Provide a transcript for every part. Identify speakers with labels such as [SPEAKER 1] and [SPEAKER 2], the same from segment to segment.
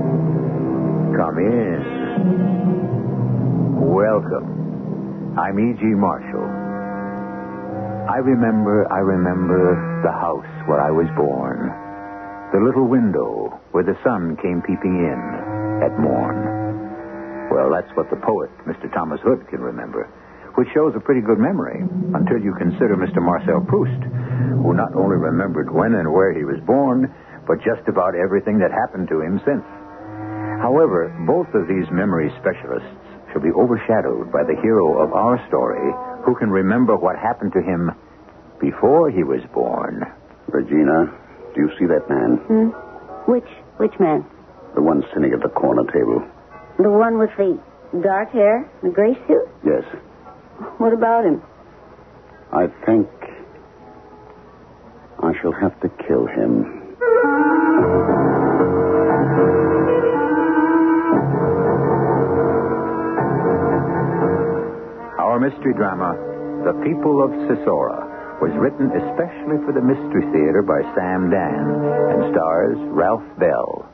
[SPEAKER 1] Come in. Welcome. I'm E.G. Marshall. I remember, I remember the house where I was born. The little window where the sun came peeping in at morn. Well, that's what the poet, Mr. Thomas Hood, can remember, which shows a pretty good memory until you consider Mr. Marcel Proust, who not only remembered when and where he was born, but just about everything that happened to him since. However, both of these memory specialists shall be overshadowed by the hero of our story who can remember what happened to him before he was born.
[SPEAKER 2] Regina, do you see that man?
[SPEAKER 3] Which which man?
[SPEAKER 2] The one sitting at the corner table.
[SPEAKER 3] The one with the dark hair, the gray suit?
[SPEAKER 2] Yes.
[SPEAKER 3] What about him?
[SPEAKER 2] I think I shall have to kill him.
[SPEAKER 1] Our mystery drama, The People of Sisora, was written especially for the Mystery Theater by Sam Dan and stars Ralph Bell.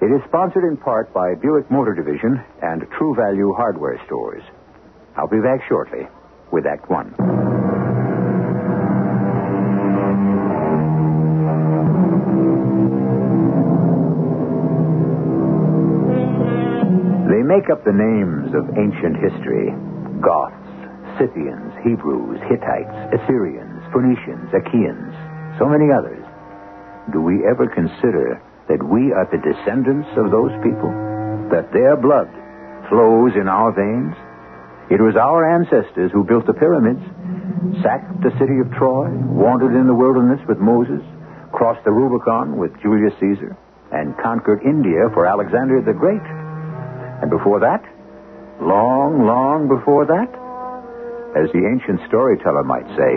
[SPEAKER 1] It is sponsored in part by Buick Motor Division and True Value Hardware Stores. I'll be back shortly with Act One. They make up the names of ancient history Goths, Scythians, Hebrews, Hittites, Assyrians, Phoenicians, Achaeans, so many others. Do we ever consider that we are the descendants of those people? That their blood flows in our veins? It was our ancestors who built the pyramids, sacked the city of Troy, wandered in the wilderness with Moses, crossed the Rubicon with Julius Caesar, and conquered India for Alexander the Great. And before that, long, long before that, as the ancient storyteller might say,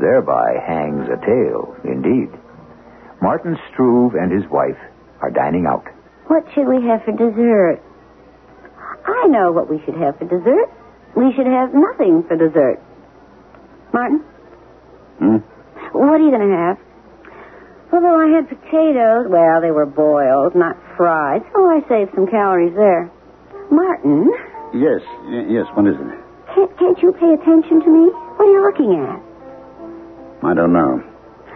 [SPEAKER 1] thereby hangs a tale indeed. Martin Struve and his wife are dining out.
[SPEAKER 3] What should we have for dessert? I know what we should have for dessert. We should have nothing for dessert. Martin,
[SPEAKER 2] Hmm?
[SPEAKER 3] what are you going to have? Although I had potatoes, well, they were boiled, not fried, so I saved some calories there. Martin,
[SPEAKER 2] Yes, y- yes, what is it?
[SPEAKER 3] can't, can't you pay attention to me? What are you looking at?
[SPEAKER 2] I don't know.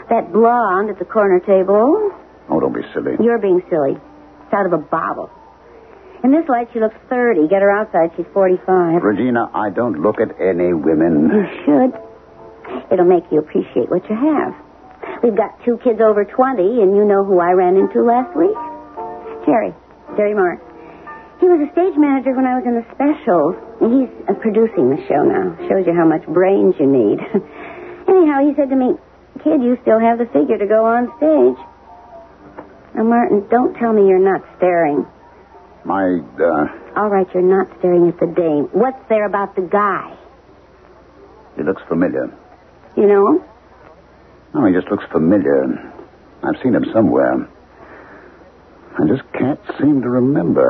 [SPEAKER 3] That blonde at the corner table,
[SPEAKER 2] Oh, don't be silly.
[SPEAKER 3] You're being silly. It's out of a bottle. In this light, she looks 30. Get her outside. She's 45.
[SPEAKER 2] Regina, I don't look at any women.
[SPEAKER 3] You should. It'll make you appreciate what you have. We've got two kids over 20, and you know who I ran into last week? Jerry. Jerry Marr. He was a stage manager when I was in the specials. and He's uh, producing the show now. Shows you how much brains you need. Anyhow, he said to me, Kid, you still have the figure to go on stage. Now, Martin, don't tell me you're not staring.
[SPEAKER 2] My, uh,
[SPEAKER 3] All right, you're not staring at the dame. What's there about the guy?
[SPEAKER 2] he looks familiar.
[SPEAKER 3] You know him?
[SPEAKER 2] No, he just looks familiar. I've seen him somewhere. I just can't seem to remember.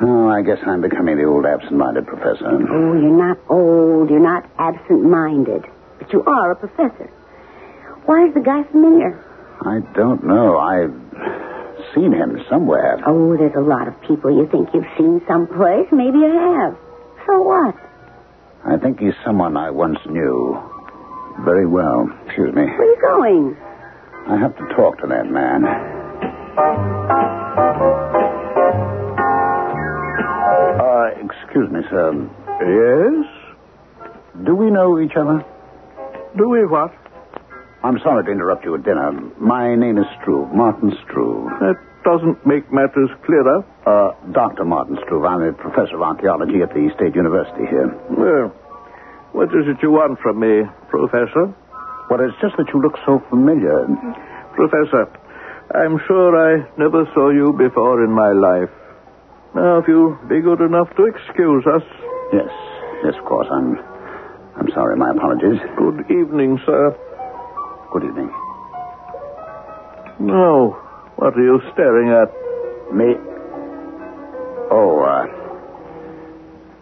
[SPEAKER 2] Oh, I guess I'm becoming the old absent-minded professor.
[SPEAKER 3] Oh, you're not old. You're not absent-minded. But you are a professor. Why is the guy familiar?
[SPEAKER 2] I don't know. I've seen him somewhere.
[SPEAKER 3] Oh, there's a lot of people you think you've seen someplace. Maybe you have. So what?
[SPEAKER 2] I think he's someone I once knew. Very well. Excuse me.
[SPEAKER 3] Where are you going?
[SPEAKER 2] I have to talk to that man. Uh, excuse me, sir.
[SPEAKER 4] Yes?
[SPEAKER 2] Do we know each other?
[SPEAKER 4] Do we what?
[SPEAKER 2] I'm sorry to interrupt you at dinner. My name is Struve, Martin Struve.
[SPEAKER 4] That doesn't make matters clearer.
[SPEAKER 2] Uh, Dr. Martin Struve. I'm a professor of archaeology at the State University here.
[SPEAKER 4] Well, what is it you want from me, Professor?
[SPEAKER 2] Well, it's just that you look so familiar.
[SPEAKER 4] Professor, I'm sure I never saw you before in my life. Now, if you'll be good enough to excuse us.
[SPEAKER 2] Yes, yes, of course. I'm, I'm sorry. My apologies.
[SPEAKER 4] Good evening, sir.
[SPEAKER 2] Good evening.
[SPEAKER 4] No. What are you staring at?
[SPEAKER 2] Me. Oh, uh,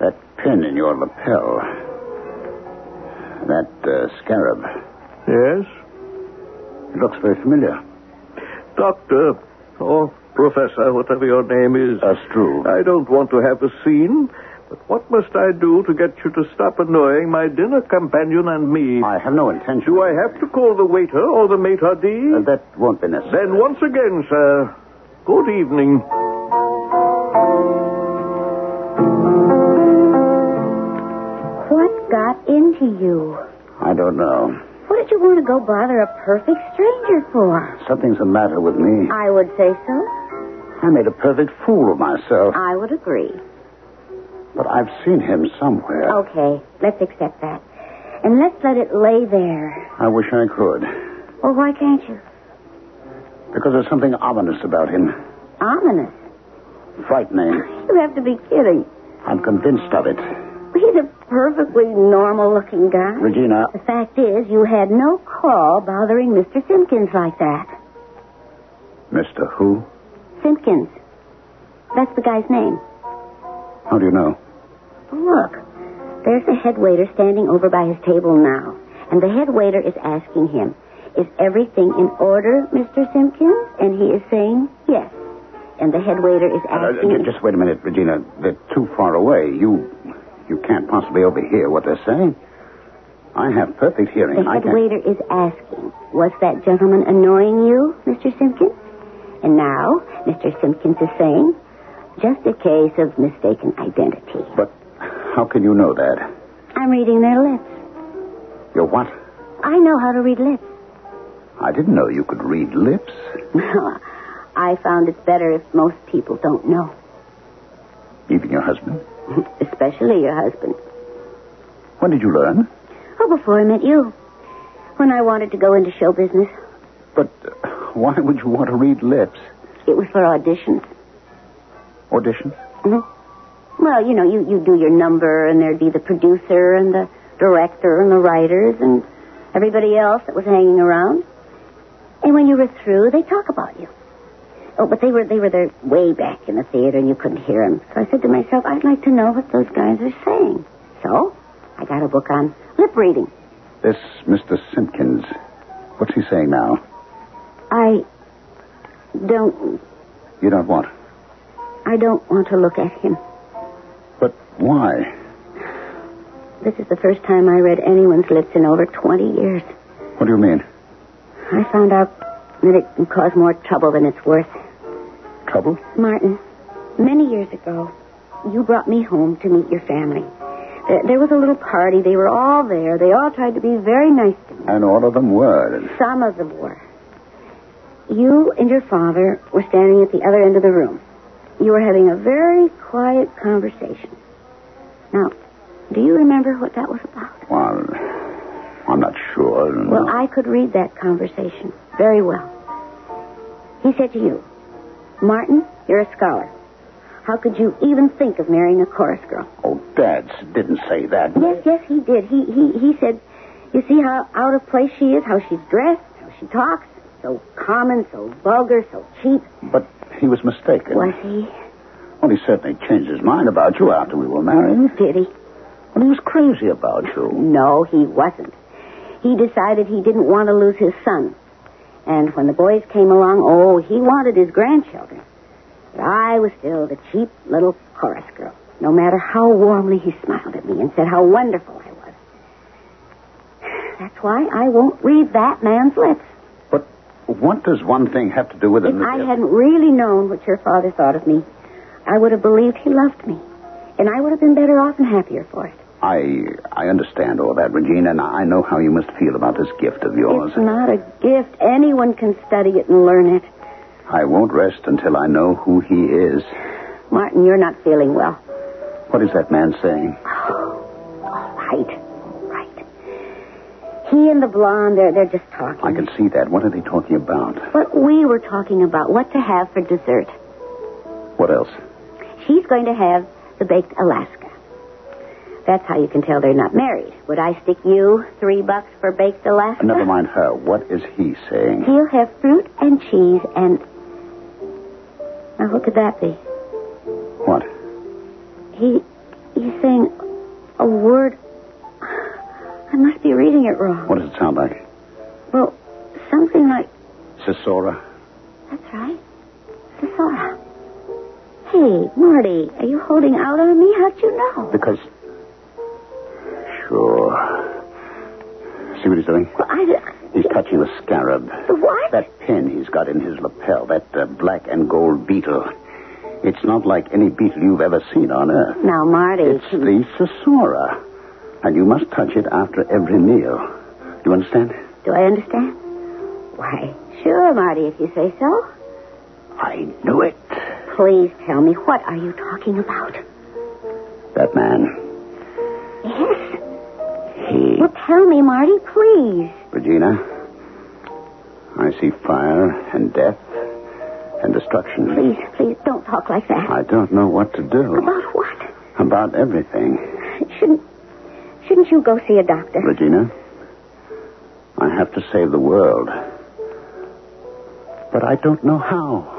[SPEAKER 2] that pin in your lapel. That uh, scarab.
[SPEAKER 4] Yes?
[SPEAKER 2] It looks very familiar.
[SPEAKER 4] Doctor, or professor, whatever your name is.
[SPEAKER 2] That's true.
[SPEAKER 4] I don't want to have a scene, but what must I do to get you to stop annoying my dinner companion and me?
[SPEAKER 2] I have no intention.
[SPEAKER 4] Do I have to call the waiter or the maitre d'?
[SPEAKER 2] Uh, that won't be necessary.
[SPEAKER 4] Then once again, sir, good evening.
[SPEAKER 3] What got into you?
[SPEAKER 2] I don't know.
[SPEAKER 3] What did you want to go bother a perfect stranger for?
[SPEAKER 2] Something's the matter with me.
[SPEAKER 3] I would say so.
[SPEAKER 2] I made a perfect fool of myself.
[SPEAKER 3] I would agree.
[SPEAKER 2] But I've seen him somewhere.
[SPEAKER 4] Oh.
[SPEAKER 3] Okay, let's accept that. And let's let it lay there.
[SPEAKER 2] I wish I could.
[SPEAKER 3] Well, why can't you?
[SPEAKER 2] Because there's something ominous about him.
[SPEAKER 3] Ominous.
[SPEAKER 2] Frightening.
[SPEAKER 3] You have to be kidding.
[SPEAKER 2] I'm convinced of it.
[SPEAKER 3] He's a perfectly normal looking guy.
[SPEAKER 2] Regina,
[SPEAKER 3] The fact is, you had no call bothering Mr. Simpkins like that.
[SPEAKER 2] Mr. Who?
[SPEAKER 3] Simpkins. That's the guy's name.
[SPEAKER 2] How do you know?
[SPEAKER 3] Look, there's the head waiter standing over by his table now, and the head waiter is asking him, "Is everything in order, Mr. Simpkins?" And he is saying, "Yes." And the head waiter is
[SPEAKER 2] Uh,
[SPEAKER 3] asking,
[SPEAKER 2] j- just wait a minute, Regina. They're too far away. You, you can't possibly overhear what they're saying. I have perfect hearing.
[SPEAKER 3] "The
[SPEAKER 2] I
[SPEAKER 3] head
[SPEAKER 2] can.
[SPEAKER 3] waiter is asking, was that gentleman annoying you, Mr. Simpkins?" And now Mr. Simpkins is saying, "Just a case of mistaken identity."
[SPEAKER 2] But how can you know that?
[SPEAKER 3] I'm reading their lips.
[SPEAKER 2] You're what?
[SPEAKER 3] I know how to read lips.
[SPEAKER 2] I didn't know you could read lips.
[SPEAKER 3] I found it's better if most people don't know.
[SPEAKER 2] Even your husband.
[SPEAKER 3] Especially your husband.
[SPEAKER 2] When did you learn?
[SPEAKER 3] Oh, before I met you. When I wanted to go into show business,
[SPEAKER 2] But uh, why would you want to read lips?
[SPEAKER 3] it was for auditions.
[SPEAKER 2] Audition?
[SPEAKER 3] Well, you know, you, you do your number, and there'd be the producer and the director and the writers and everybody else that was hanging around. And when you were through, they talk about you. Oh, but they were they were there way back in the theater, and you couldn't hear 'em. So I said to myself, I'd like to know what those guys are saying. So I got a book on lip reading.
[SPEAKER 2] This Mr. Simpkins. What's he saying now?
[SPEAKER 3] I don't
[SPEAKER 2] You don't want.
[SPEAKER 3] I don't want to look at him.
[SPEAKER 2] But why?
[SPEAKER 3] This is the first time I read anyone's lips in over 20 years.
[SPEAKER 2] What do you mean?
[SPEAKER 3] I found out that it can cause more trouble than it's worth.
[SPEAKER 2] Trouble?
[SPEAKER 3] Martin, many years ago, you brought me home to meet your family. There, there was a little party. They were all there. They all tried to be very nice to me.
[SPEAKER 2] And all of them were.
[SPEAKER 3] Some of them were. You and your father were standing at the other end of the room. You were having a very quiet conversation. Now, do you remember what that was about?
[SPEAKER 2] Well, I'm not sure.
[SPEAKER 3] Well, I could read that conversation very well. He said to you, Martin, you're a scholar. How could you even think of marrying a chorus girl?
[SPEAKER 2] Oh, Dad didn't say that.
[SPEAKER 3] Yes, yes, he did. He he he said, you see how out of place she is, how she's dressed, how she talks, so common, so vulgar, so cheap.
[SPEAKER 2] But he was mistaken.
[SPEAKER 3] Was he?
[SPEAKER 2] Well, he certainly changed his mind about you after we were married.
[SPEAKER 3] Did he?
[SPEAKER 2] Well, he was crazy about you.
[SPEAKER 3] No, he wasn't. He decided he didn't want to lose his son. And when the boys came along, oh, he wanted his grandchildren. But I was still the cheap little chorus girl, no matter how warmly he smiled at me and said how wonderful I was. That's why I won't read that man's lips.
[SPEAKER 2] But what does one thing have to do with
[SPEAKER 3] If
[SPEAKER 2] another?
[SPEAKER 3] I hadn't really known what your father thought of me, I would have believed he loved me. And I would have been better off and happier for it.
[SPEAKER 2] I I understand all that, Regina, and I know how you must feel about this gift of yours.
[SPEAKER 3] It's not a gift. Anyone can study it and learn it.
[SPEAKER 2] I won't rest until I know who he is.
[SPEAKER 3] Martin, you're not feeling well.
[SPEAKER 2] What is that man saying?
[SPEAKER 3] All right. Right. He and the blonde, they're, they're just talking.
[SPEAKER 2] I can see that. What are they talking about?
[SPEAKER 3] What we were talking about, what to have for dessert.
[SPEAKER 2] What else?
[SPEAKER 3] she's going to have the baked Alaska. That's how you can tell they're not married. Would I stick you three bucks for baked Alaska?
[SPEAKER 2] Never mind her. What is he saying?
[SPEAKER 3] He'll have fruit and cheese and. Now, who could that be?
[SPEAKER 2] What?
[SPEAKER 3] He. He's saying a word. I must be reading it wrong.
[SPEAKER 2] What does it sound like?
[SPEAKER 3] Well, something like.
[SPEAKER 2] Sisora?
[SPEAKER 3] That's right. Sisora. Hey, Marty, are you holding out on me? How'd you know?
[SPEAKER 2] Because. Sure. See what he's doing?
[SPEAKER 3] Well, I.
[SPEAKER 2] He's touching the scarab.
[SPEAKER 3] The what?
[SPEAKER 2] That pin he's got in his lapel, that uh, black and gold beetle. It's not like any beetle you've ever seen on Earth.
[SPEAKER 3] Now, Marty.
[SPEAKER 2] It's the Sisora. And you must touch it after every meal. Do you understand?
[SPEAKER 3] Do I understand? Why, sure, Marty, if you say so.
[SPEAKER 2] I knew it.
[SPEAKER 3] Please tell me, what are you talking about?
[SPEAKER 2] That man.
[SPEAKER 3] Yes.
[SPEAKER 2] He.
[SPEAKER 3] Well, tell me, Marty, please.
[SPEAKER 2] Regina, I see fire and death and destruction.
[SPEAKER 3] Please, please, don't talk like that.
[SPEAKER 2] I don't know what to do
[SPEAKER 3] About what?
[SPEAKER 2] about everything.
[SPEAKER 3] Shouldn't shouldn't you go see a doctor?
[SPEAKER 2] Regina, I have to save the world. But I don't know how.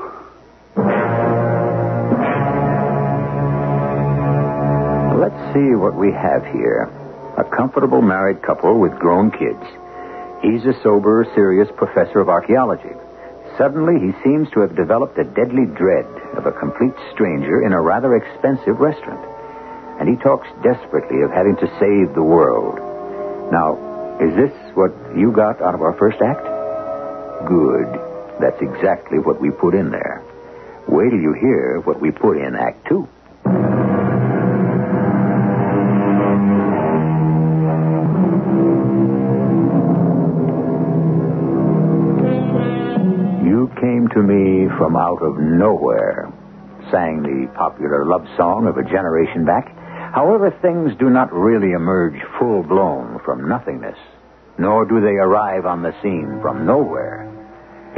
[SPEAKER 1] Let's see what we have here. A comfortable married couple with grown kids. He's a sober, serious professor of archaeology. Suddenly, he seems to have developed a deadly dread of a complete stranger in a rather expensive restaurant. And he talks desperately of having to save the world. Now, is this what you got out of our first act? Good. That's exactly what we put in there. Wait till you hear what we put in Act Two. You came to me from out of nowhere, sang the popular love song of a generation back. However, things do not really emerge full blown from nothingness, nor do they arrive on the scene from nowhere.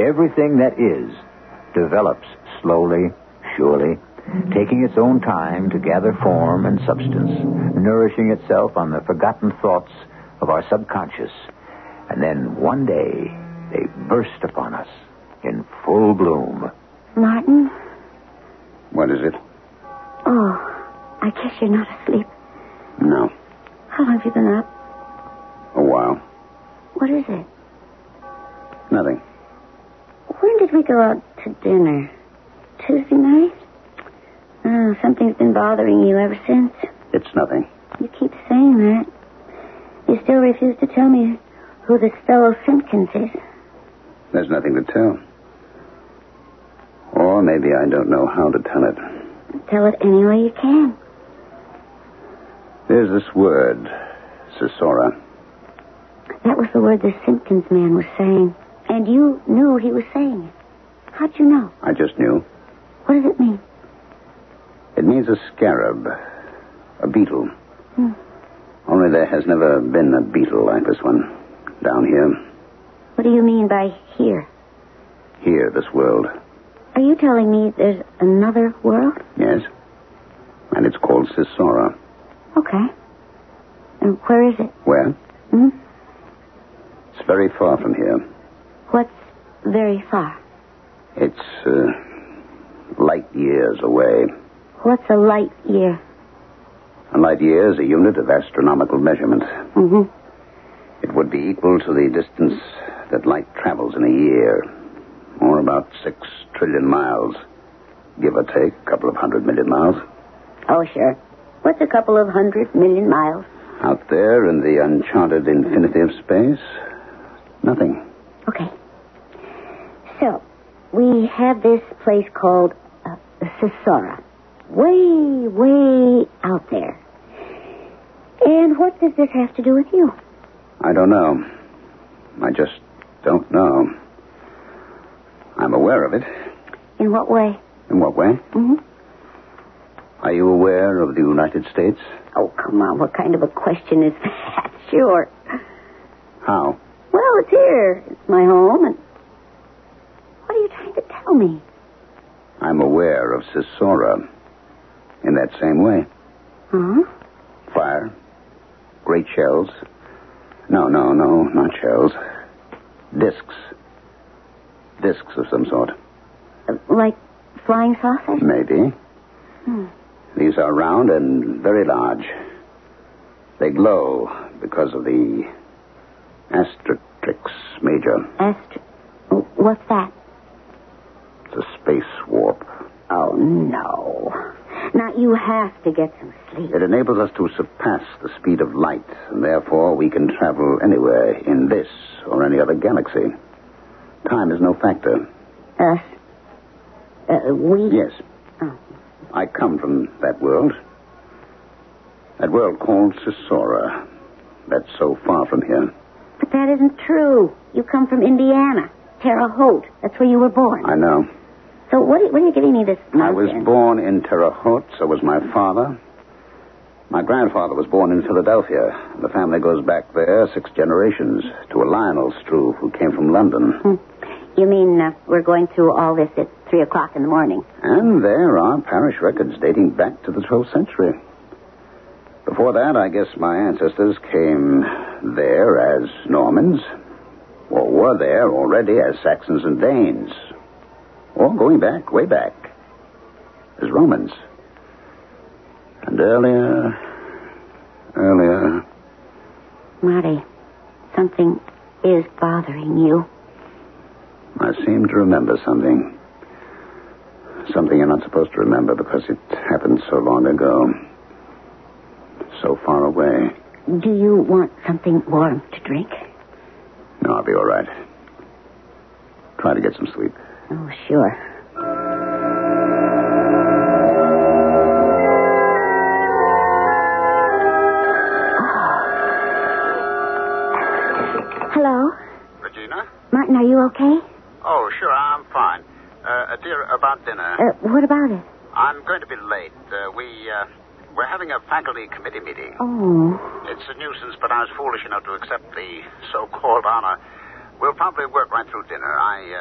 [SPEAKER 1] Everything that is develops slowly, surely, taking its own time to gather form and substance, nourishing itself on the forgotten thoughts of our subconscious. And then one day, they burst upon us in full bloom.
[SPEAKER 3] Martin?
[SPEAKER 2] What is it?
[SPEAKER 3] Oh, I guess you're not asleep.
[SPEAKER 2] No.
[SPEAKER 3] How long have you been up?
[SPEAKER 2] A while.
[SPEAKER 3] What is it?
[SPEAKER 2] Nothing.
[SPEAKER 3] When did we go out to dinner? Tuesday night? Oh, something's been bothering you ever since.
[SPEAKER 2] It's nothing.
[SPEAKER 3] You keep saying that. You still refuse to tell me who this fellow Simpkins is.
[SPEAKER 2] There's nothing to tell. Or maybe I don't know how to tell it.
[SPEAKER 3] Tell it any way you can.
[SPEAKER 2] There's this word, Sisora.
[SPEAKER 3] That was the word this Simpkins man was saying. And you knew he was saying it. How'd you know?
[SPEAKER 2] I just knew.
[SPEAKER 3] What does it mean?
[SPEAKER 2] It means a scarab, a beetle.
[SPEAKER 3] Hmm.
[SPEAKER 2] Only there has never been a beetle like this one. Down here,
[SPEAKER 3] What do you mean by here?
[SPEAKER 2] here, this world.
[SPEAKER 3] Are you telling me there's another world?
[SPEAKER 2] Yes? And it's called Sisora.
[SPEAKER 3] Okay. And where is it?
[SPEAKER 2] Where?
[SPEAKER 3] Hmm?
[SPEAKER 2] It's very far from here.
[SPEAKER 3] What's very far?
[SPEAKER 2] It's uh, light years away.
[SPEAKER 3] What's a light year?
[SPEAKER 2] A light year is a unit of astronomical measurement.
[SPEAKER 3] Mm-hmm.
[SPEAKER 2] It would be equal to the distance that light travels in a year, or about six trillion miles, give or take a couple of hundred million miles.
[SPEAKER 3] Oh, sure. What's a couple of hundred million miles?
[SPEAKER 2] Out there in the uncharted infinity of space, nothing.
[SPEAKER 3] Okay. So, we have this place called uh, Sisora. Way, way out there. And what does this have to do with you?
[SPEAKER 2] I don't know. I just don't know. I'm aware of it.
[SPEAKER 3] In what way?
[SPEAKER 2] In what way?
[SPEAKER 3] hmm
[SPEAKER 2] Are you aware of the United States?
[SPEAKER 3] Oh, come on. What kind of a question is that? Sure.
[SPEAKER 2] How?
[SPEAKER 3] Well, it's here. It's my home. And what are you trying to tell me?
[SPEAKER 2] I'm aware of Sisora. in that same way.
[SPEAKER 3] Huh?
[SPEAKER 2] Fire. Great shells. No, no, no, not shells. Discs. Discs of some sort.
[SPEAKER 3] Uh, Like flying saucers?
[SPEAKER 2] Maybe.
[SPEAKER 3] Hmm.
[SPEAKER 2] These are round and very large. They glow because of the Astratrix Major.
[SPEAKER 3] Astro- What's that?
[SPEAKER 2] It's a space warp.
[SPEAKER 3] Oh, no. Now, you have to get some sleep.
[SPEAKER 2] It enables us to surpass the speed of light, and therefore we can travel anywhere in this or any other galaxy. Time is no factor.
[SPEAKER 3] Us? Uh, we?
[SPEAKER 2] Yes. I come from that world. That world called Sisora. That's so far from here.
[SPEAKER 3] But that isn't true. You come from Indiana, Terre Haute. That's where you were born.
[SPEAKER 2] I know.
[SPEAKER 3] So what are, what are you giving me this
[SPEAKER 2] I was
[SPEAKER 3] nonsense?
[SPEAKER 2] born in Terre Haute, so was my father. My grandfather was born in Philadelphia. and The family goes back there six generations to a Lionel Struve who came from London.
[SPEAKER 3] You mean uh, we're going through all this at 3 o'clock in the morning?
[SPEAKER 2] And there are parish records dating back to the 12th century. Before that, I guess my ancestors came there as Normans, or were there already as Saxons and Danes, or going back, way back, as Romans. And earlier, earlier,
[SPEAKER 3] Marty, something is bothering you.
[SPEAKER 2] I seem to remember something. Something you're not supposed to remember because it happened so long ago. So far away.
[SPEAKER 3] Do you want something warm to drink?
[SPEAKER 2] No, I'll be all right. Try to get some sleep.
[SPEAKER 3] Oh, sure. Oh. Hello?
[SPEAKER 2] Regina?
[SPEAKER 3] Martin, are you okay?
[SPEAKER 2] Oh, sure, I'm fine. Uh, uh, dear, about dinner.
[SPEAKER 3] Uh, what about it?
[SPEAKER 2] I'm going to be late. Uh, we, uh, we're having a faculty committee meeting.
[SPEAKER 3] Oh,
[SPEAKER 2] It's a nuisance, but I was foolish enough to accept the so-called honor. We'll probably work right through dinner. I, uh,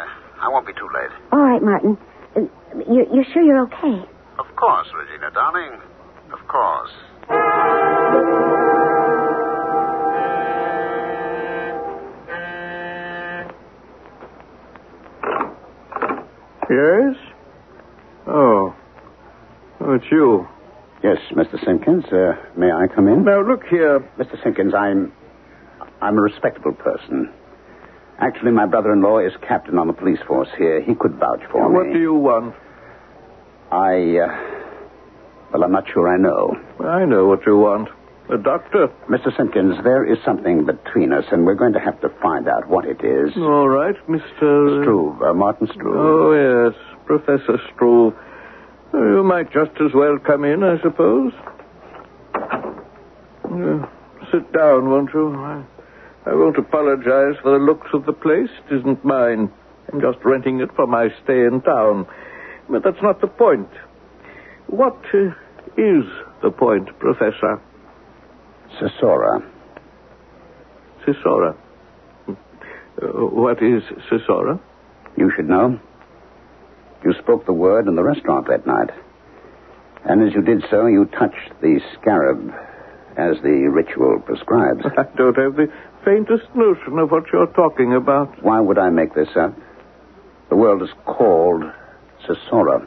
[SPEAKER 2] I won't be too late.
[SPEAKER 3] all right, Martin. Uh, You're, you're sure you're okay?
[SPEAKER 2] Of course, Regina, darling. Of course.
[SPEAKER 5] Yes? Oh. Oh, it's you.
[SPEAKER 2] Yes, Mr. Simpkins. Uh, may I come in?
[SPEAKER 5] Now, look here.
[SPEAKER 2] Mr. Simpkins, I'm I'm a respectable person. Actually, my brother-in-law is captain on the police force here. He could vouch for
[SPEAKER 5] What
[SPEAKER 2] me.
[SPEAKER 5] do you want?
[SPEAKER 2] I uh, well, I'm not sure I know.
[SPEAKER 5] I know what you want. A doctor.
[SPEAKER 2] Mr. Simpkins, there is something between us, and we're going to have to find out what it is.
[SPEAKER 5] All right, Mr.
[SPEAKER 2] Struve, uh, Martin Struve.
[SPEAKER 5] Oh, yes, Professor Struve. Uh, You might just as well come in, I suppose. Uh, sit down, won't you? I, I won't apologize for the looks of the place. It isn't mine. I'm just renting it for my stay in town. But that's not the point. What uh, is the point, Professor?
[SPEAKER 2] Sisora.
[SPEAKER 5] Sisora. Hmm. Uh, what is Sisora?
[SPEAKER 2] You should know. You spoke the word in the restaurant that night. And as you did so, you touched the scarab as the ritual prescribes.
[SPEAKER 5] I don't have the faintest notion of what you're talking about.
[SPEAKER 2] Why would I make this up? The world is called Sisora,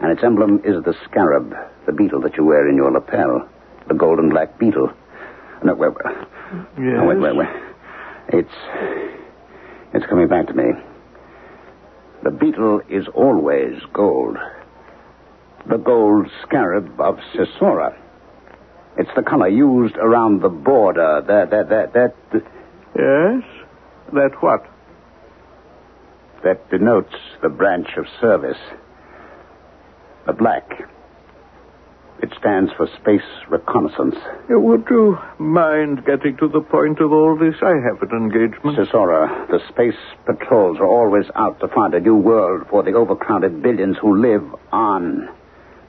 [SPEAKER 2] and its emblem is the scarab, the beetle that you wear in your lapel, the golden black beetle. No, wait, wait. No, wait, wait, wait. It's it's coming back to me. The beetle is always gold. The gold scarab of Sisora. It's the color used around the border. That that that that.
[SPEAKER 5] Yes? That what?
[SPEAKER 2] that denotes the branch of service. The black. It stands for space reconnaissance.
[SPEAKER 5] Would you mind getting to the point of all this? I have an engagement.
[SPEAKER 2] Sisora, the space patrols are always out to find a new world for the overcrowded billions who live on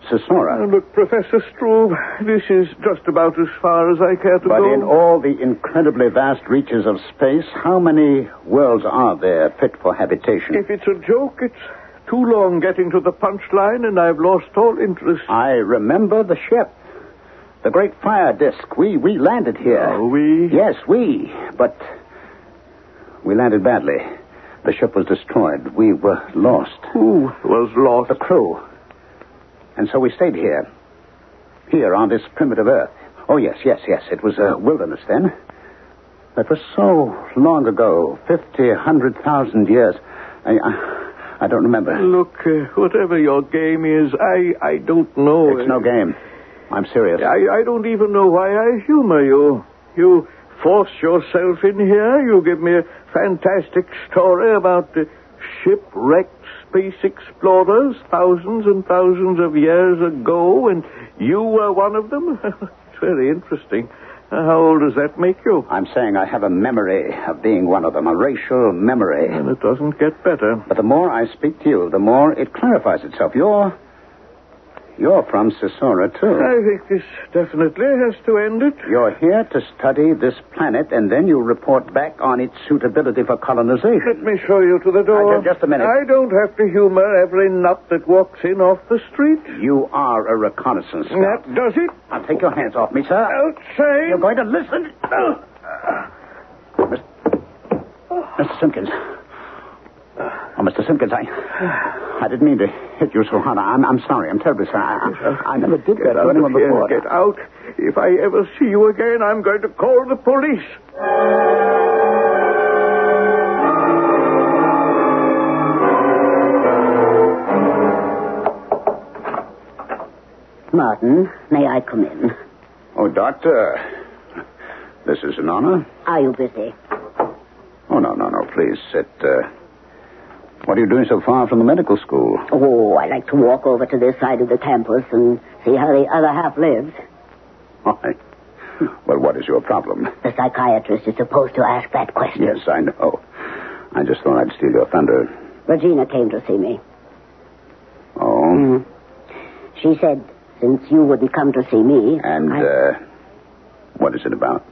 [SPEAKER 5] Now,
[SPEAKER 2] Sisora.
[SPEAKER 5] look, Professor Struve, this is just about as far as I care to
[SPEAKER 2] But
[SPEAKER 5] go.
[SPEAKER 2] in all the incredibly vast reaches of space, how many worlds are there fit for habitation?
[SPEAKER 5] If it's a joke, it's too long getting to the punchline, and I've lost all interest.
[SPEAKER 2] I remember the ship. The great fire disk. We we landed here.
[SPEAKER 5] Oh, we?
[SPEAKER 2] Yes, we. But we landed badly. The ship was destroyed. We were lost.
[SPEAKER 5] Who was lost?
[SPEAKER 2] The crew. And so we stayed here. Here on this primitive earth. Oh, yes, yes, yes. It was a wilderness then. That was so long ago. Fifty, hundred thousand years. I, I, I don't remember.
[SPEAKER 5] Look, uh, whatever your game is, I, I don't know.
[SPEAKER 2] It's no game. I'm serious.
[SPEAKER 5] I, I don't even know why I humor you. You force yourself in here. You give me a fantastic story about uh, shipwrecked space explorers thousands and thousands of years ago, and you were one of them. it's very interesting. Uh, How old does that make you?
[SPEAKER 2] I'm saying I have a memory of being one of them, a racial memory.
[SPEAKER 5] And it doesn't get better.
[SPEAKER 2] But the more I speak to you, the more it clarifies itself. You're. You're from Sisora, too.
[SPEAKER 5] I think this definitely has to end it.
[SPEAKER 2] You're here to study this planet, and then you report back on its suitability for colonization.
[SPEAKER 5] Let me show you to the door.
[SPEAKER 2] Uh, ju- just a minute.
[SPEAKER 5] I don't have to humor every nut that walks in off the street.
[SPEAKER 2] You are a reconnaissance scout.
[SPEAKER 5] That does it.
[SPEAKER 2] Now, take your hands off me, sir.
[SPEAKER 5] Outside.
[SPEAKER 2] You're going to listen. Mr. Mr. Simpkins. Oh, Mr. Simpkins, I, I didn't mean to hit you so hard. I'm, I'm sorry. I'm terribly sorry. I- I, I never did that
[SPEAKER 5] Get
[SPEAKER 2] to
[SPEAKER 5] out
[SPEAKER 2] anyone
[SPEAKER 5] of here.
[SPEAKER 2] before.
[SPEAKER 5] Get out. If I ever see you again, I'm going to call the police.
[SPEAKER 3] Martin, may I come in?
[SPEAKER 2] Oh, Doctor, this is an honor.
[SPEAKER 3] Are you busy?
[SPEAKER 2] Oh, no, no, no. Please sit. Uh, what are you doing so far from the medical school?
[SPEAKER 3] Oh, I like to walk over to this side of the campus and see how the other half lives.
[SPEAKER 2] Why? Well, what is your problem?
[SPEAKER 3] The psychiatrist is supposed to ask that question.
[SPEAKER 2] Yes, I know. I just thought I'd steal your thunder.
[SPEAKER 3] Regina came to see me.
[SPEAKER 2] Oh?
[SPEAKER 3] She said, since you wouldn't come to see me,
[SPEAKER 2] And,
[SPEAKER 3] I-
[SPEAKER 2] uh, what is it about?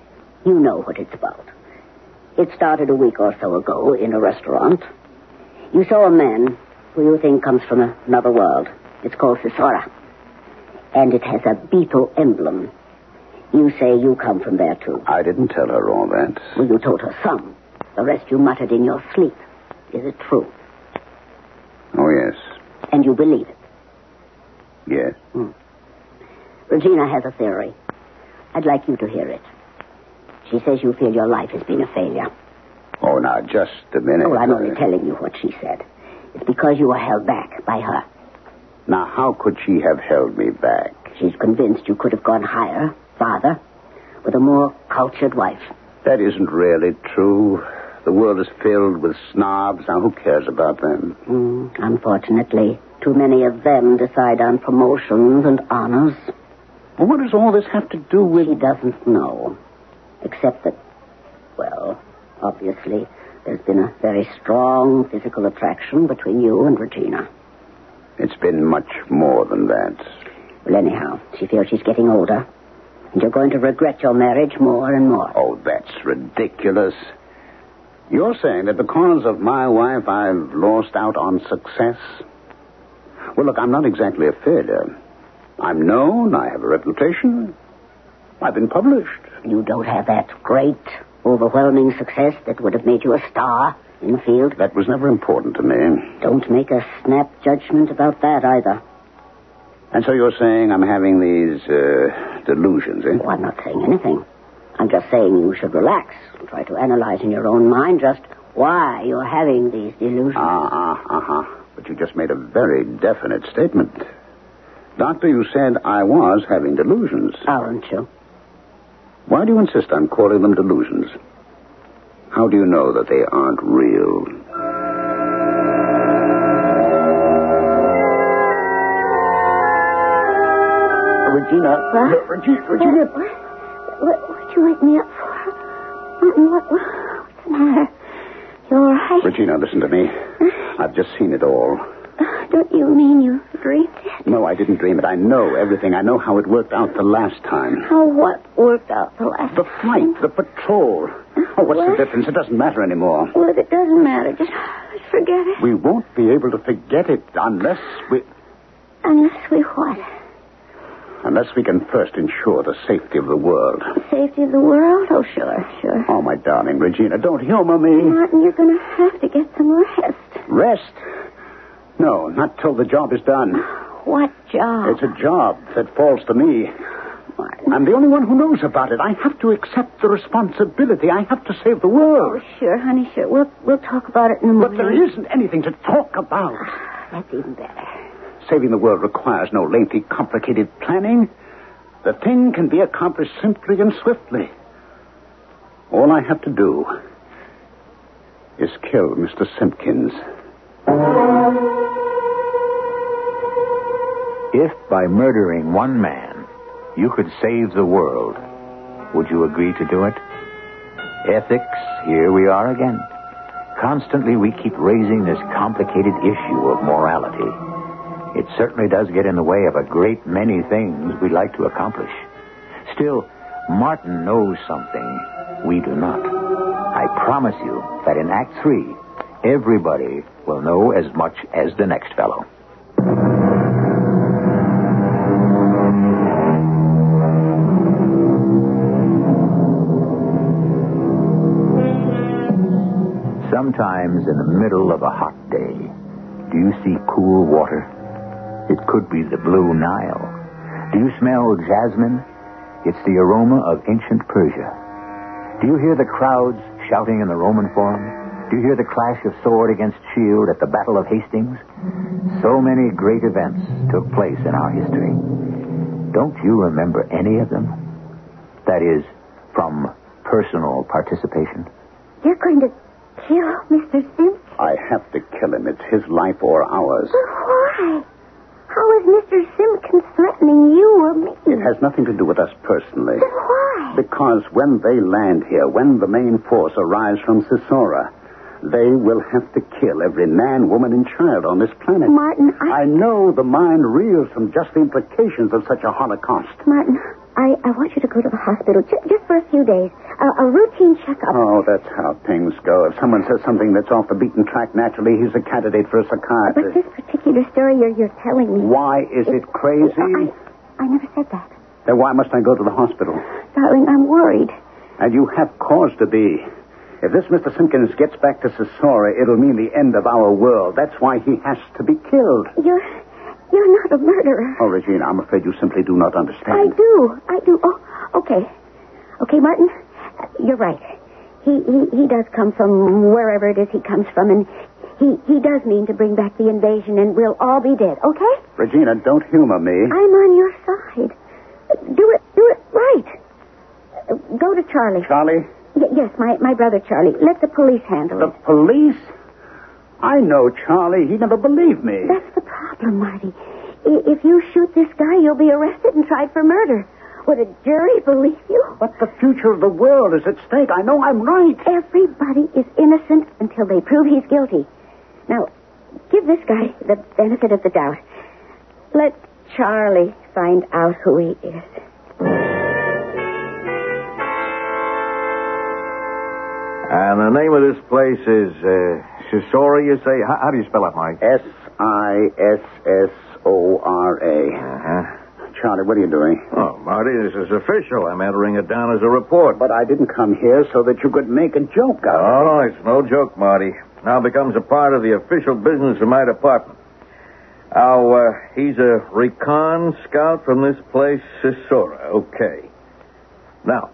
[SPEAKER 3] you know what it's about. It started a week or so ago in a restaurant. You saw a man who you think comes from another world. It's called Sisora. And it has a beetle emblem. You say you come from there, too.
[SPEAKER 2] I didn't tell her all that.
[SPEAKER 3] Well, you told her some. The rest you muttered in your sleep. Is it true?
[SPEAKER 2] Oh, yes.
[SPEAKER 3] And you believe it.
[SPEAKER 2] Yes.
[SPEAKER 3] Regina has a theory. I'd like you to hear it. She says you feel your life has been a failure.
[SPEAKER 2] Oh, now, just a minute.
[SPEAKER 3] Oh, I'm only
[SPEAKER 2] Uh,
[SPEAKER 3] telling you what she said. It's because you were held back by her.
[SPEAKER 2] Now, how could she have held me back?
[SPEAKER 3] She's convinced you could have gone higher, farther, with a more cultured wife.
[SPEAKER 2] That isn't really true. The world is filled with snobs. Now, who cares about them?
[SPEAKER 3] Mm, unfortunately, too many of them decide on promotions and honors.
[SPEAKER 2] Well, what does all this have to do with...
[SPEAKER 3] She doesn't know. Except that, well, obviously, there's been a very strong physical attraction between you and Regina.
[SPEAKER 2] It's been much more than that.
[SPEAKER 3] Well, anyhow, she feels she's getting older. And you're going to regret your marriage more and more.
[SPEAKER 2] Oh, that's ridiculous. You're saying that because of my wife, I've lost out on success? Well, look, I'm not exactly a failure. I'm known. I have a reputation. I've been published.
[SPEAKER 3] You don't have that great, overwhelming success that would have made you a star in the field.
[SPEAKER 2] That was never important to me.
[SPEAKER 3] Don't make a snap judgment about that either.
[SPEAKER 2] And so you're saying I'm having these uh, delusions, eh?
[SPEAKER 3] Oh, I'm not saying anything. I'm just saying you should relax. Try to analyze in your own mind just why you're having these delusions.
[SPEAKER 2] Ah, ah, ah, ah. But you just made a very definite statement. Doctor, you said I was having delusions.
[SPEAKER 3] Aren't you?
[SPEAKER 2] Why do you insist on calling them delusions? How do you know that they aren't real? Regina.
[SPEAKER 3] What?
[SPEAKER 2] Regina.
[SPEAKER 3] What, what, would you wake me up for? Martin, what, what's the matter? You all right?
[SPEAKER 2] Regina, listen to me. I've just seen it all.
[SPEAKER 3] Ah, Don't you mean you dreamed it?
[SPEAKER 2] No, I didn't dream it. I know everything. I know how it worked out the last time.
[SPEAKER 3] How Oh, what worked out the last
[SPEAKER 2] The flight, the patrol. Oh, what's the difference? It doesn't matter anymore.
[SPEAKER 3] Well, it doesn't matter. Just forget it.
[SPEAKER 2] We won't be able to forget it unless we
[SPEAKER 3] Unless we what?
[SPEAKER 2] unless we can first ensure the safety of the world.
[SPEAKER 3] Safety of the world? Oh, sure, sure.
[SPEAKER 2] Oh, my darling Regina, don't humor me.
[SPEAKER 3] Martin, you're going to have to get some rest.
[SPEAKER 2] Rest? No, not till the job is done.
[SPEAKER 3] What job?
[SPEAKER 2] It's a job that falls to me.
[SPEAKER 3] Martin.
[SPEAKER 2] I'm the only one who knows about it. I have to accept the responsibility. I have to save the
[SPEAKER 3] Oh,
[SPEAKER 2] world.
[SPEAKER 3] sure, honey, sure. We'll, we'll talk about it in the
[SPEAKER 2] But
[SPEAKER 3] morning.
[SPEAKER 2] there isn't anything to talk about.
[SPEAKER 3] That's even better.
[SPEAKER 2] Saving the world requires no lengthy, complicated planning. The thing can be accomplished simply and swiftly. All I have to do is kill Mr. Simpkins.
[SPEAKER 1] If by murdering one man you could save the world, would you agree to do it? Ethics, here we are again. Constantly we keep raising this complicated issue of morality. It certainly does get in the way of a great many things we'd like to accomplish. Still, Martin knows something we do not. I promise you that in Act Three, everybody will know as much as the next fellow. Sometimes in the middle of a hot day, do you see cool water? It could be the Blue Nile. Do you smell jasmine? It's the aroma of ancient Persia. Do you hear the crowds shouting in the Roman Forum? Do you hear the clash of sword against shield at the Battle of Hastings? So many great events took place in our history. Don't you remember any of them? That is, from personal participation.
[SPEAKER 3] You're going to kill Mr. Simpson?
[SPEAKER 2] I have to kill him. It's his life or ours.
[SPEAKER 3] But why? How is Mr. Simpkins threatening you or me?
[SPEAKER 2] It has nothing to do with us personally.
[SPEAKER 3] But why?
[SPEAKER 2] Because when they land here, when the main force arrives from Sisora, they will have to kill every man, woman, and child on this planet.
[SPEAKER 3] Martin, I,
[SPEAKER 2] I know the mind reels from just the implications of such a holocaust.
[SPEAKER 3] Martin, I, I want you to go to the hospital ju- just for a few days. A, a routine checkup.
[SPEAKER 2] Oh, that's how things go. If someone says something that's off the beaten track, naturally he's a candidate for a
[SPEAKER 3] but
[SPEAKER 2] psychiatrist.
[SPEAKER 3] this particular story you're, you're telling me.
[SPEAKER 2] Why is it crazy?
[SPEAKER 3] I, I never said that.
[SPEAKER 2] Then why must I go to the hospital?
[SPEAKER 3] Darling, I'm worried.
[SPEAKER 2] And you have cause to be. If this Mr. Simpkins gets back to Sisora, it'll mean the end of our world. That's why he has to be killed.
[SPEAKER 3] You're you're not a murderer.
[SPEAKER 2] Oh, Regina, I'm afraid you simply do not
[SPEAKER 3] I
[SPEAKER 2] understand.
[SPEAKER 3] do. I do. Oh, okay. Okay, Martin, uh, you're right. He, he he does come from wherever it is he comes from, and he he does mean to bring back the invasion, and we'll all be dead. Okay?
[SPEAKER 2] Regina, don't humor me.
[SPEAKER 3] I'm on your side. Do it. Do it right. Uh, Go to Charlie.
[SPEAKER 2] Charlie,
[SPEAKER 3] Y- yes, my my brother Charlie. Let the police handle
[SPEAKER 2] the
[SPEAKER 3] it.
[SPEAKER 2] police? I know Charlie. He never believed me.
[SPEAKER 3] That's the problem, Marty. I- If you shoot this guy, you'll be arrested and tried for murder. Would a jury believe you?
[SPEAKER 2] But the future of the world is at stake. I know I'm right.
[SPEAKER 3] Everybody is innocent until they prove he's guilty. Now, give this guy the benefit of the doubt. Let Charlie find out who he is.
[SPEAKER 5] And the name of this place is uh, Shisora, you say? How, how do you spell it, Mike?
[SPEAKER 2] S I S S O R A.
[SPEAKER 5] Uh-huh.
[SPEAKER 2] Charlie, what are you doing?
[SPEAKER 5] Oh, Marty, this is official. I'm entering it down as a report.
[SPEAKER 2] But I didn't come here so that you could make a joke out.
[SPEAKER 5] No, no, it's no joke, Marty. Now becomes a part of the official business of my department. Now, uh, he's a recon scout from this place, Sisora. Okay. Now,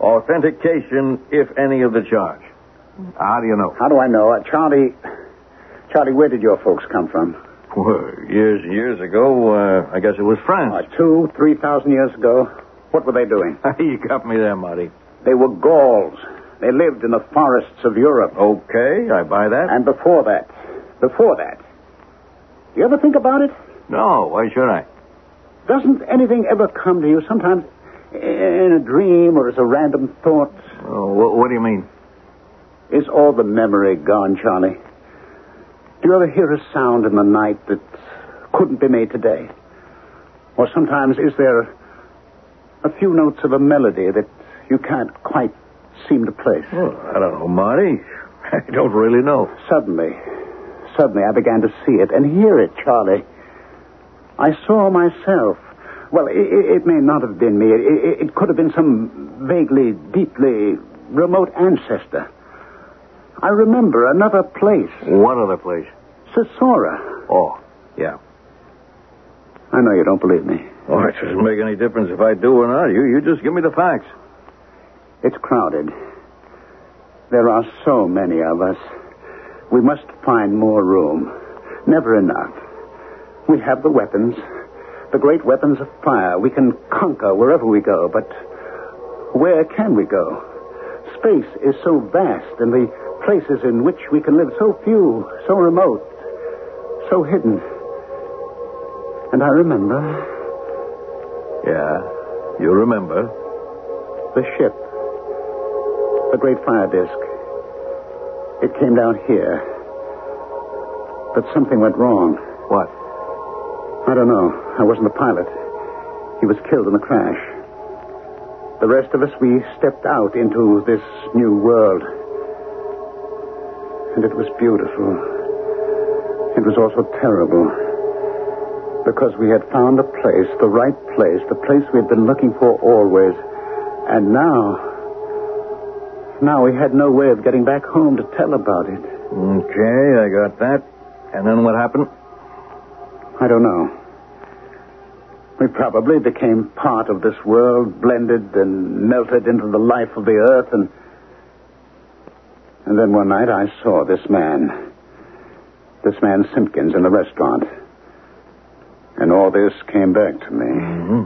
[SPEAKER 5] authentication, if any, of the charge. How do you know?
[SPEAKER 2] How do I know? Uh, Charlie, Charlie, where did your folks come from?
[SPEAKER 5] Well, years and years ago, uh, I guess it was France.
[SPEAKER 2] Uh, two, three thousand years ago. What were they doing?
[SPEAKER 5] you got me there, Marty.
[SPEAKER 2] They were Gauls. They lived in the forests of Europe.
[SPEAKER 5] Okay, I buy that.
[SPEAKER 2] And before that, before that, you ever think about it?
[SPEAKER 5] No, why should I?
[SPEAKER 2] Doesn't anything ever come to you sometimes in a dream or as a random thought?
[SPEAKER 5] Oh, wh- what do you mean?
[SPEAKER 2] Is all the memory gone, Charlie? Do you ever hear a sound in the night that couldn't be made today? Or sometimes is there a few notes of a melody that you can't quite seem to place?
[SPEAKER 5] Well, I don't know, Marty.
[SPEAKER 4] I don't really know.
[SPEAKER 2] Suddenly, suddenly I began to see it and hear it, Charlie. I saw myself. Well, it, it may not have been me. It, it, it could have been some vaguely, deeply remote ancestor. I remember another place,
[SPEAKER 5] What other place?
[SPEAKER 2] Sisora.
[SPEAKER 5] Oh, yeah.
[SPEAKER 2] I know you don't believe me.
[SPEAKER 5] Oh, it doesn't make any difference if I do or not. You, you just give me the facts.
[SPEAKER 2] It's crowded. There are so many of us. We must find more room. Never enough. We have the weapons, the great weapons of fire. We can conquer wherever we go, but where can we go? Space is so vast, and the places in which we can live so few, so remote, so hidden. And I remember
[SPEAKER 5] Yeah, you remember.
[SPEAKER 2] The ship. The great fire disk. It came down here. But something went wrong.
[SPEAKER 5] What?
[SPEAKER 2] I don't know. I wasn't the pilot. He was killed in the crash. The rest of us, we stepped out into this new world. And it was beautiful. It was also terrible. Because we had found a place, the right place, the place we had been looking for always. And now. Now we had no way of getting back home to tell about it.
[SPEAKER 5] Okay, I got that. And then what happened?
[SPEAKER 2] I don't know. We probably became part of this world, blended and melted into the life of the earth, and. And then one night I saw this man. This man Simpkins in the restaurant. And all this came back to me.
[SPEAKER 5] Hmm.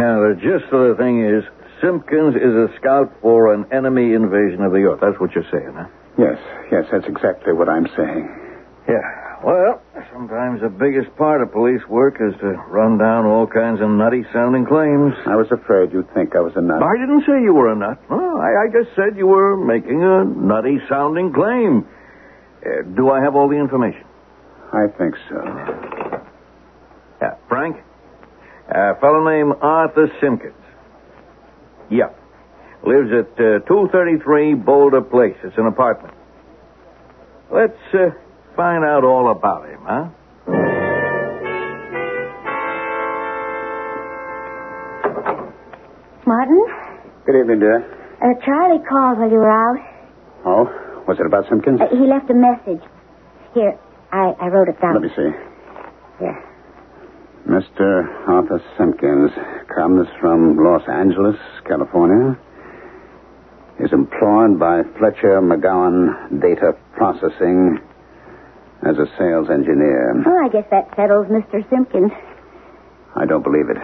[SPEAKER 5] Now, the gist of the thing is Simpkins is a scout for an enemy invasion of the Earth. That's what you're saying, huh?
[SPEAKER 2] Yes, yes, that's exactly what I'm saying.
[SPEAKER 5] Yeah. Well, sometimes the biggest part of police work is to run down all kinds of nutty sounding claims.
[SPEAKER 2] I was afraid you'd think I was a nut.
[SPEAKER 5] I didn't say you were a nut. No, I, I just said you were making a nutty sounding claim. Uh, do I have all the information?
[SPEAKER 2] I think so.
[SPEAKER 5] Yeah, Uh, Frank? A fellow named Arthur Simpkins. Yeah. Lives at uh, 233 Boulder Place. It's an apartment. Let's uh, find out all about him, huh?
[SPEAKER 3] Martin,
[SPEAKER 2] Good evening, dear.
[SPEAKER 3] uh, Charlie called while you were out.
[SPEAKER 2] Oh, was it about Simpkins?
[SPEAKER 3] Uh, he left a message. Here, I, I wrote it down.
[SPEAKER 2] Let me see.
[SPEAKER 3] Here.
[SPEAKER 2] Mr. Arthur Simpkins comes from Los Angeles, California. Is employed by Fletcher McGowan Data Processing as a sales engineer.
[SPEAKER 3] Well, Oh, I guess that settles Mr. Simpkins.
[SPEAKER 2] I don't believe it.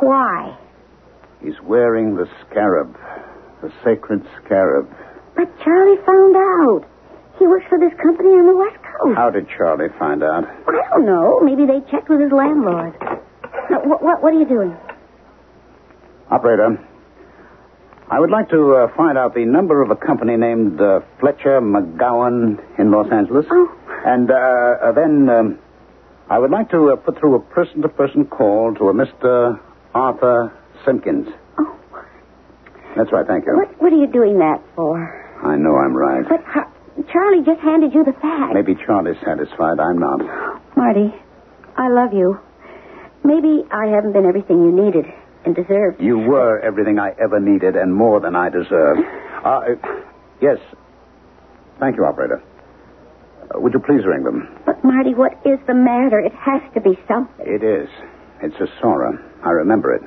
[SPEAKER 3] Why?
[SPEAKER 2] He's wearing the scarab, the sacred scarab.
[SPEAKER 3] But Charlie found out. He works for this company on the West Coast.
[SPEAKER 2] How did Charlie find out?
[SPEAKER 3] I don't know. Maybe they checked with his landlord. Now, what, what, what are you doing?
[SPEAKER 2] Operator, I would like to uh, find out the number of a company named uh, Fletcher McGowan in Los Angeles.
[SPEAKER 3] Oh.
[SPEAKER 2] And uh, uh, then um, I would like to uh, put through a person to person call to a Mr. Arthur Simpkins.
[SPEAKER 3] Oh,
[SPEAKER 2] That's right, thank you.
[SPEAKER 3] what, what are you doing that for?
[SPEAKER 2] I know I'm right.
[SPEAKER 3] But how, Charlie just handed you the fax.
[SPEAKER 2] Maybe Charlie's satisfied. I'm not.
[SPEAKER 3] Marty, I love you. Maybe I haven't been everything you needed and deserved.
[SPEAKER 2] You were everything I ever needed and more than I deserved. Uh, uh, yes. Thank you, operator. Uh, would you please ring them?
[SPEAKER 3] But, Marty, what is the matter? It has to be something.
[SPEAKER 2] It is. It's a sorrow. I remember it.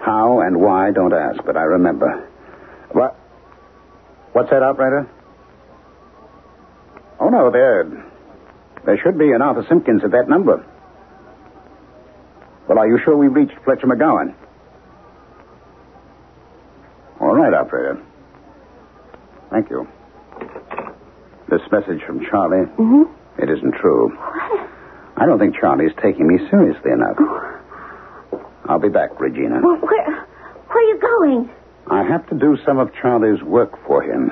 [SPEAKER 2] How and why, don't ask, but I remember. What? What's that, operator? Oh, no, there. There should be an Arthur Simpkins at that number. Well, are you sure we reached Fletcher McGowan? All right, operator. Thank you. This message from Charlie,
[SPEAKER 3] Mm-hmm.
[SPEAKER 2] it isn't true. I don't think Charlie's taking me seriously enough. I'll be back, Regina.
[SPEAKER 3] Well, where, where are you going?
[SPEAKER 2] I have to do some of Charlie's work for him.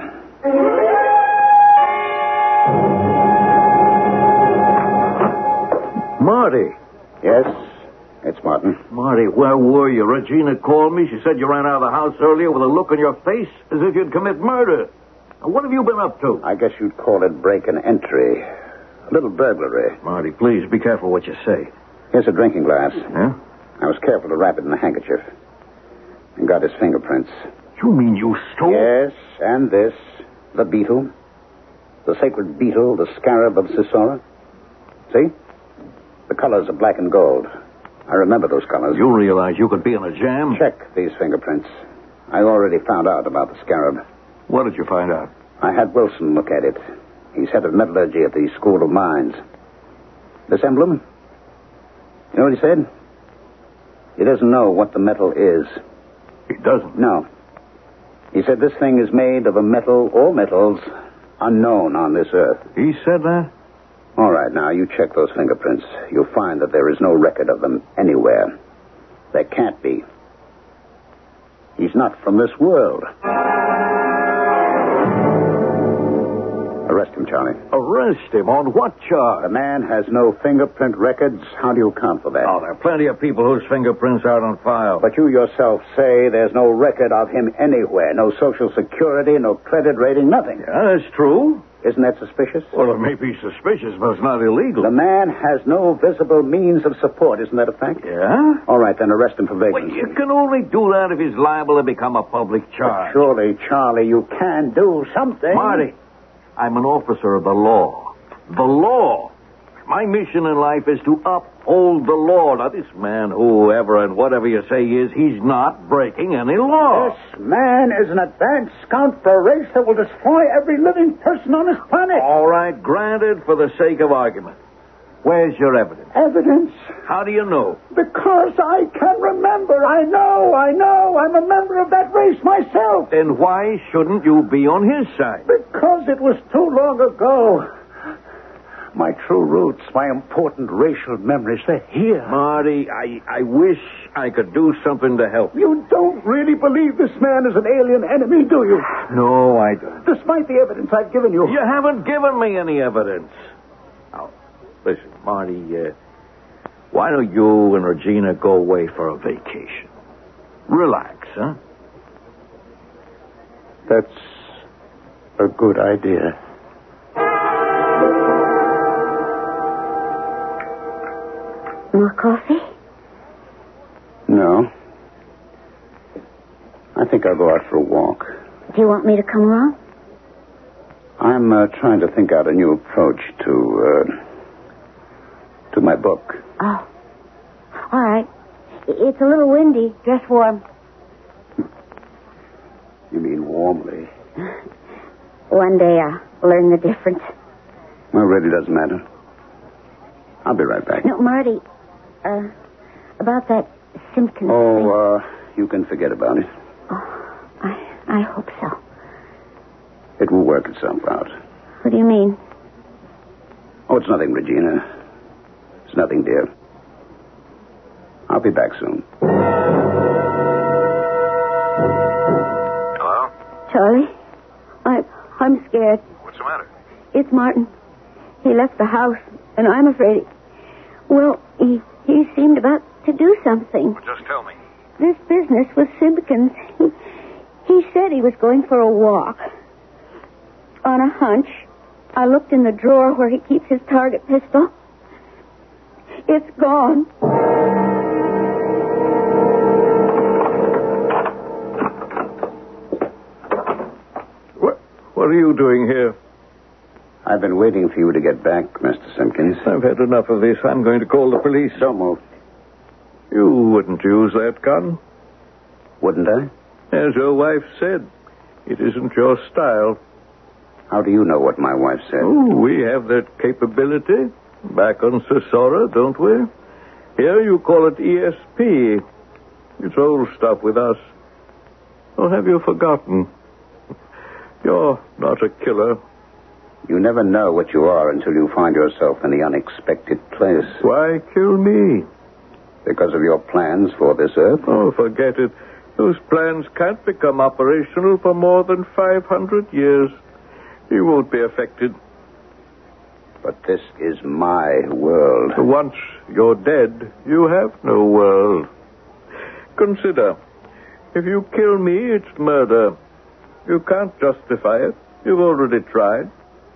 [SPEAKER 5] Marty.
[SPEAKER 2] Yes, it's Martin.
[SPEAKER 5] Marty, where were you? Regina called me. She said you ran out of the house earlier with a look on your face as if you'd commit murder. What have you been up to?
[SPEAKER 2] I guess you'd call it break and entry. A little burglary.
[SPEAKER 5] Marty, please be careful what you say.
[SPEAKER 2] Here's a drinking glass.
[SPEAKER 5] Huh?
[SPEAKER 2] I was careful to wrap it in a handkerchief. And got his fingerprints.
[SPEAKER 5] You mean you stole?
[SPEAKER 2] Yes, and this. The beetle. The sacred beetle, the scarab of Sisora. See? The colors are black and gold. I remember those colors.
[SPEAKER 5] You realize you could be in a jam?
[SPEAKER 2] Check these fingerprints. I already found out about the scarab.
[SPEAKER 5] What did you find out?
[SPEAKER 2] I had Wilson look at it. He's head of metallurgy at the School of Mines. This emblem? You know what he said? He doesn't know what the metal is.
[SPEAKER 5] He doesn't.
[SPEAKER 2] No. He said this thing is made of a metal or metals unknown on this earth.
[SPEAKER 5] He said that?
[SPEAKER 2] All right, now, you check those fingerprints. You'll find that there is no record of them anywhere. There can't be. He's not from this world. Arrest him, Charlie.
[SPEAKER 5] Arrest him on what
[SPEAKER 2] The
[SPEAKER 5] charge?
[SPEAKER 2] man has no fingerprint records. How do you account for that?
[SPEAKER 5] Oh, there are plenty of people whose fingerprints aren't on file.
[SPEAKER 2] But you yourself say there's no record of him anywhere. No social security, no credit rating, nothing.
[SPEAKER 5] Yeah, that's true.
[SPEAKER 2] Isn't that suspicious?
[SPEAKER 5] Well, it may be suspicious, but it's not illegal.
[SPEAKER 2] The man has no visible means of support. Isn't that a fact?
[SPEAKER 5] Yeah?
[SPEAKER 2] All right, then arrest him for
[SPEAKER 5] Well,
[SPEAKER 2] vagrancy.
[SPEAKER 5] you can only do that if he's liable to become a public charge.
[SPEAKER 2] Surely, Charlie, you can do something.
[SPEAKER 5] Marty, I'm an officer of the law. The law. My mission in life is to uphold the law. Now, this man, whoever and whatever you say he is, he's not breaking any law.
[SPEAKER 2] This man is an advanced scout for a race that will destroy every living person on this planet.
[SPEAKER 5] All right, granted for the sake of argument. Where's your evidence?
[SPEAKER 2] Evidence?
[SPEAKER 5] How do you know?
[SPEAKER 2] Because I can remember. I know, I know. I'm a member of that race myself.
[SPEAKER 5] Then why shouldn't you be on his side?
[SPEAKER 2] Because it was too long ago. My true roots, my important racial memories, they're here.
[SPEAKER 5] Marty, I, I wish I could do something to help you.
[SPEAKER 2] You don't really believe this man is an alien enemy, do you?
[SPEAKER 5] No, I don't.
[SPEAKER 2] Despite the evidence I've given you.
[SPEAKER 5] You haven't given me any evidence. Now, listen, Marty, uh, why don't you and Regina go away for a vacation? Relax, huh?
[SPEAKER 2] That's a good idea.
[SPEAKER 3] More coffee?
[SPEAKER 2] No. I think I'll go out for a walk.
[SPEAKER 3] Do you want me to come along?
[SPEAKER 2] I'm uh, trying to think out a new approach to uh, to my book.
[SPEAKER 3] Oh. All right. I- It's a little windy. Dress warm.
[SPEAKER 2] You mean warmly?
[SPEAKER 3] One day I'll learn the difference.
[SPEAKER 2] Well, it really doesn't matter. I'll be right back.
[SPEAKER 3] No, Marty, uh, about that Simpkins thing.
[SPEAKER 2] Oh, uh, you can forget about it.
[SPEAKER 3] Oh, I, I hope so.
[SPEAKER 2] It will work itself out.
[SPEAKER 3] What do you mean?
[SPEAKER 2] Oh, it's nothing, Regina. It's nothing, dear. I'll be back soon.
[SPEAKER 6] Hello?
[SPEAKER 3] Charlie, I, I'm scared.
[SPEAKER 6] What's the matter?
[SPEAKER 3] It's Martin. He left the house, and I'm afraid. Well, he, he seemed about to do something.
[SPEAKER 6] Well, just tell me.
[SPEAKER 3] This business with Simpkins. He, he said he was going for a walk. On a hunch, I looked in the drawer where he keeps his target pistol. It's gone.
[SPEAKER 5] What, what are you doing here?
[SPEAKER 2] I've been waiting for you to get back, Mr. Simpkins.
[SPEAKER 5] I've had enough of this. I'm going to call the police.
[SPEAKER 2] Don't move.
[SPEAKER 5] You wouldn't use that gun.
[SPEAKER 2] Wouldn't I?
[SPEAKER 5] As your wife said, it isn't your style.
[SPEAKER 2] How do you know what my wife said?
[SPEAKER 5] Oh, we have that capability back on Sisora, don't we? Here you call it ESP. It's old stuff with us. Or have you forgotten? You're not a killer.
[SPEAKER 2] You never know what you are until you find yourself in the unexpected place.
[SPEAKER 5] Why kill me?
[SPEAKER 2] Because of your plans for this earth?
[SPEAKER 5] Oh, forget it. Those plans can't become operational for more than 500 years. You won't be affected.
[SPEAKER 2] But this is my world.
[SPEAKER 5] Once you're dead, you have no world. Consider, if you kill me, it's murder. You can't justify it. You've already tried.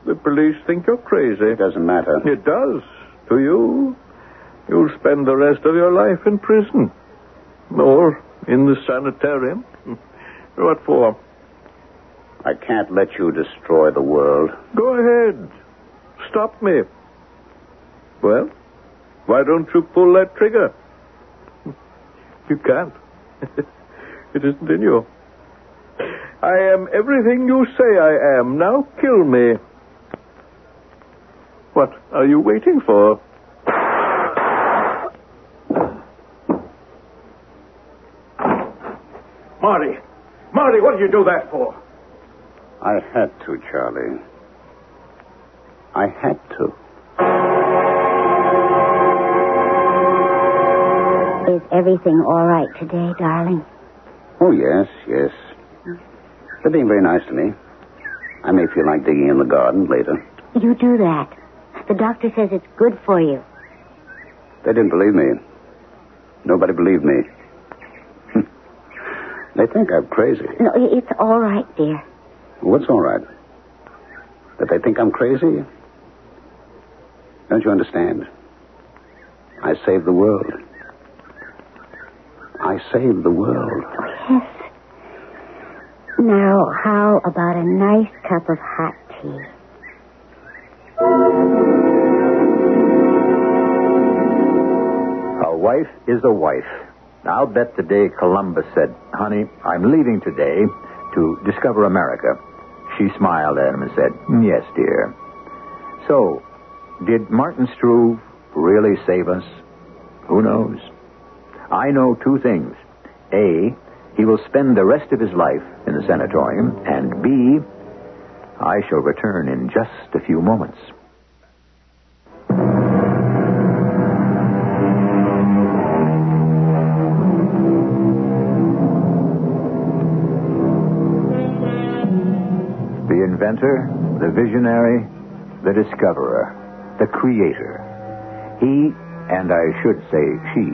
[SPEAKER 5] The police think you're crazy.
[SPEAKER 2] It doesn't matter.
[SPEAKER 5] It does. To you. You'll spend the rest of your life in prison. Or in the sanitarium. What for?
[SPEAKER 2] I can't let you destroy the world.
[SPEAKER 5] Go ahead. Stop me. Well, why don't you pull that trigger? You can't. it isn't in you. I am everything you say I am. Now kill me. What are you waiting for?
[SPEAKER 7] Marty! Marty, what did you do that for?
[SPEAKER 2] I had to, Charlie. I had to.
[SPEAKER 3] Is everything all right today, darling?
[SPEAKER 2] Oh, yes, yes. They're being very nice to me. I may feel like digging in the garden later.
[SPEAKER 3] You do that. The doctor says it's good for you.
[SPEAKER 2] They didn't believe me. Nobody believed me. they think I'm crazy.
[SPEAKER 3] No, i- it's all right, dear.
[SPEAKER 2] What's all right? That they think I'm crazy? Don't you understand? I saved the world. I saved the world.
[SPEAKER 3] Yes. Now, how about a nice cup of hot tea?
[SPEAKER 1] A wife is a wife. I'll bet the day Columbus said, Honey, I'm leaving today to discover America. She smiled at him and said, Yes, dear. So, did Martin Struve really save us? Who knows? I know two things. A, he will spend the rest of his life in the sanatorium, and B, I shall return in just a few moments. The inventor, the visionary, the discoverer, the creator. He, and I should say she,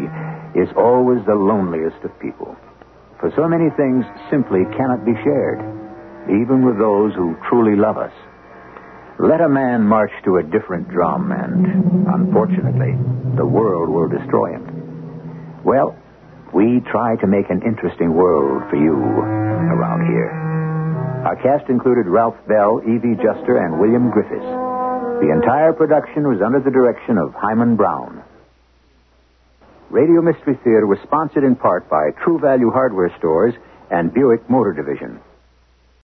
[SPEAKER 1] is always the loneliest of people. For so many things simply cannot be shared, even with those who truly love us. Let a man march to a different drum, and unfortunately, the world will destroy him. Well, we try to make an interesting world for you around here. Our cast included Ralph Bell, Evie Juster, and William Griffiths. The entire production was under the direction of Hyman Brown. Radio Mystery Theater was sponsored in part by True Value Hardware Stores and Buick Motor Division.